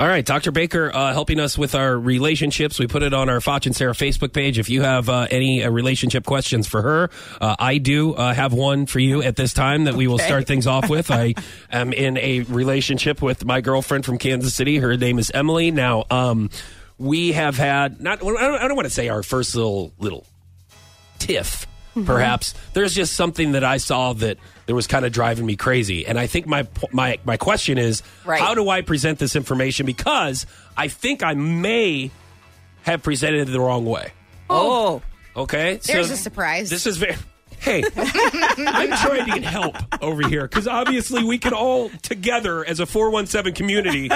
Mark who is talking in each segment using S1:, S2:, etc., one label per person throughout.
S1: All right, Dr. Baker uh, helping us with our relationships. We put it on our Foch and Sarah Facebook page. If you have uh, any uh, relationship questions for her, uh, I do uh, have one for you at this time that we will start things off with. I am in a relationship with my girlfriend from Kansas City. Her name is Emily. Now, um, we have had not. I don't, I don't want to say our first little little tiff
S2: Mm-hmm.
S1: perhaps there's just something that i saw that that was kind of driving me crazy and i think my po- my my question is
S3: Right.
S1: how do i present this information because i think i may have presented it the wrong way
S3: Oh,
S1: okay
S2: There's a surprise.
S1: this is very Hey, I'm trying to get help over here because obviously we can all together as a 417 community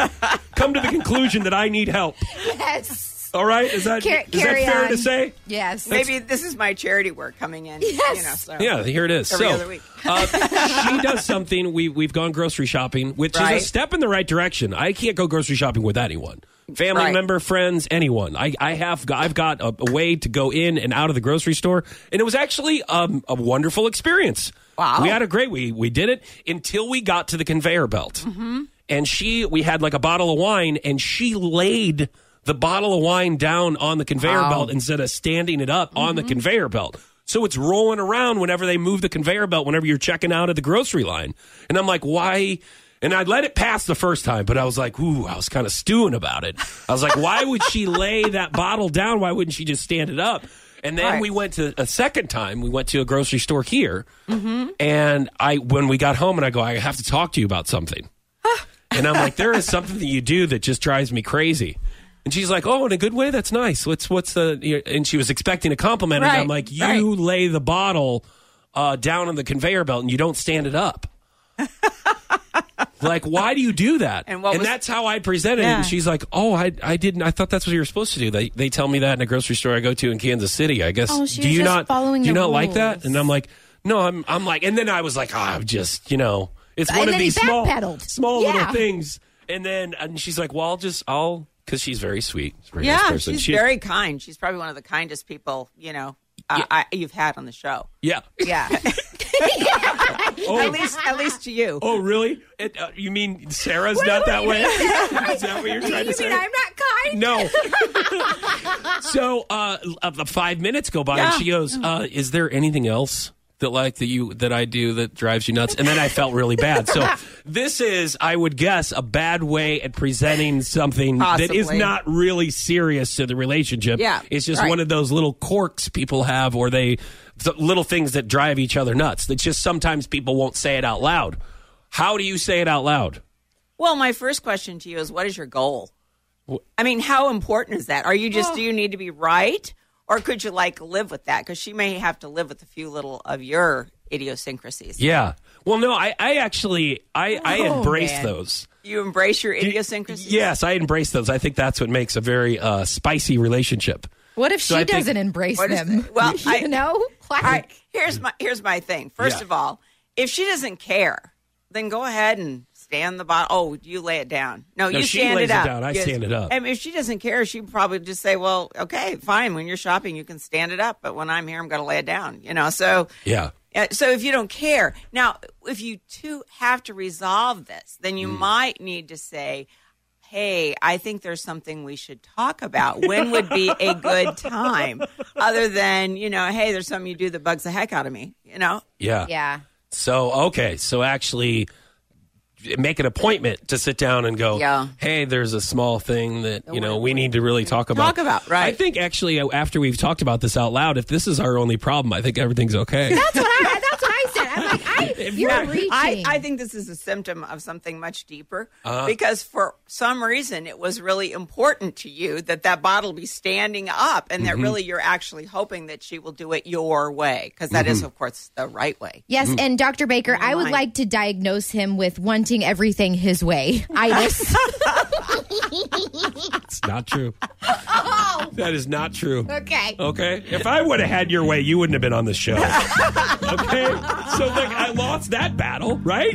S1: come to the conclusion that I need help.
S2: Yes.
S1: All right, is that is
S2: Car-
S1: that
S2: carry
S1: fair
S2: on.
S1: to say?
S2: Yes.
S3: maybe this is my charity work coming in.
S2: Yes.
S3: You know, so.
S1: Yeah, here it is.
S3: Every
S1: so
S3: other week.
S1: uh, she does something. We we've gone grocery shopping, which
S3: Right.
S1: is a step in the right direction. I can't go grocery shopping with anyone. Family
S3: Right.
S1: member, friends, anyone. I, I have got, I've got a, a way to go in and out of the grocery store, and it was actually um, a wonderful experience.
S3: Wow.
S1: we had a great we we did it until we got to the conveyor belt,
S3: Mm-hmm.
S1: and she we had like a bottle of wine, and she laid the bottle of wine down on the conveyor belt instead of standing it up on the conveyor belt. So it's rolling around whenever they move the conveyor belt, whenever you're checking out at the grocery line. And I'm like, why? And I let it pass the first time, but I was like, ooh, I was kind of stewing about it. I was like, why would she lay that bottle down? Why wouldn't she just stand it up? And then
S3: Right.
S1: we went to a second time, we went to a grocery store here. And I, when we got home, and I go, I have to talk to you about something. And I'm like, there is something that you do that just drives me crazy. And she's like, oh, in a good way, that's nice. What's what's the? And she was expecting a compliment, and I'm
S3: Right,
S1: like, you
S3: right.
S1: lay the bottle uh, down on the conveyor belt and you don't stand it up. like, why do you do that?
S3: And what was-
S1: that's how I presented it.
S3: Yeah.
S1: And she's like, oh, I I didn't. I thought that's what you were supposed to do. They they tell me that in a grocery store I go to in Kansas City. I guess.
S2: Oh, she
S1: do
S2: was
S1: you
S2: just
S1: not
S2: following
S1: do you
S2: the
S1: not like that?
S2: rules.
S1: And I'm like, no, I'm I'm like, and then I was like, ah, I'm just you know, it's
S2: And
S1: one of
S2: then he
S1: these small
S2: backpedaled.
S1: small little
S2: Yeah.
S1: things. And then and she's like, well, I'll just I'll because she's very sweet. She's a very nice
S3: Yeah,
S1: person.
S3: she's
S1: She-
S3: very kind. She's probably one of the kindest people you know uh, I, you've had on the show.
S1: yeah.
S3: Yeah, at least at least to you.
S1: Oh, really? It, uh, you mean Sarah's not that way? Is that what you're
S2: You
S1: trying to
S2: mean
S1: say?
S2: I'm not kind?
S1: no. so, uh, uh, the five minutes go by,
S3: Yeah.
S1: and she goes, uh, "Is there anything else that like that you that I do that drives you nuts?" And then I felt really bad. So, this is, I would guess, a bad way at presenting something that is
S3: Possibly.
S1: not really serious to the relationship.
S3: Yeah,
S1: it's just
S3: right.
S1: one of those little quirks people have, or they th- little things that drive each other nuts. That just sometimes people won't say it out loud. How do you say it out loud?
S3: Well, my first question to you is what is your goal? I mean, how important is that? Are you
S1: Oh.
S3: just, do you need to be right? Or could you like live with that? Because she may have to live with a few little of your idiosyncrasies.
S1: Yeah. Well, no, I, I actually I, I embrace
S3: Oh, man.
S1: those.
S3: You embrace your idiosyncrasies?
S1: Yes, I embrace those. I think that's what makes a very uh, spicy relationship.
S2: What if she
S1: I think-
S2: doesn't embrace
S3: What is
S2: them?
S3: the- well,
S2: you
S3: I-
S2: know, like,
S3: All right, here's my, here's my thing. First
S1: Yeah.
S3: of all, if she doesn't care, then go ahead and stand the bottom. Oh, you lay it down. No,
S1: No,
S3: you
S1: she
S3: stand
S1: lays
S3: it
S1: it
S3: up.
S1: down. I
S3: Yes.
S1: stand it up.
S3: And if she doesn't care, she'd probably just say, well, okay, fine. When you're shopping, you can stand it up. But when I'm here, I'm going to lay it down, you know? So,
S1: Yeah.
S3: Uh, so if you don't care now, if you two have to resolve this, then you might need to say, "Hey, I think there's something we should talk about. When would be a good time?" Other than you know, "Hey, there's something you do that bugs the heck out of me." You know,
S1: Yeah.
S2: yeah.
S1: So okay, so actually make an appointment to sit down and go.
S3: Yeah.
S1: Hey, there's a small thing that you know we need to really talk about.
S3: Talk about, right.
S1: I think actually uh, after we've talked about this out loud, if this is our only problem, I think everything's okay.
S2: That's what I. That's what I said. I'm like, I. You're reaching.
S3: I, I think this is a symptom of something much deeper because for some reason it was really important to you that that bottle be standing up and that really you're actually hoping that she will do it your way because that is, of course, the right way.
S2: Yes, and Dr. Baker, I would
S3: mind.
S2: like to diagnose him with wanting everything his way. Itis.
S1: it's not true.
S3: Oh.
S1: That is not true.
S2: okay.
S1: Okay. If I would have had your way, you wouldn't have been on the show. okay. So like I lost that battle, right?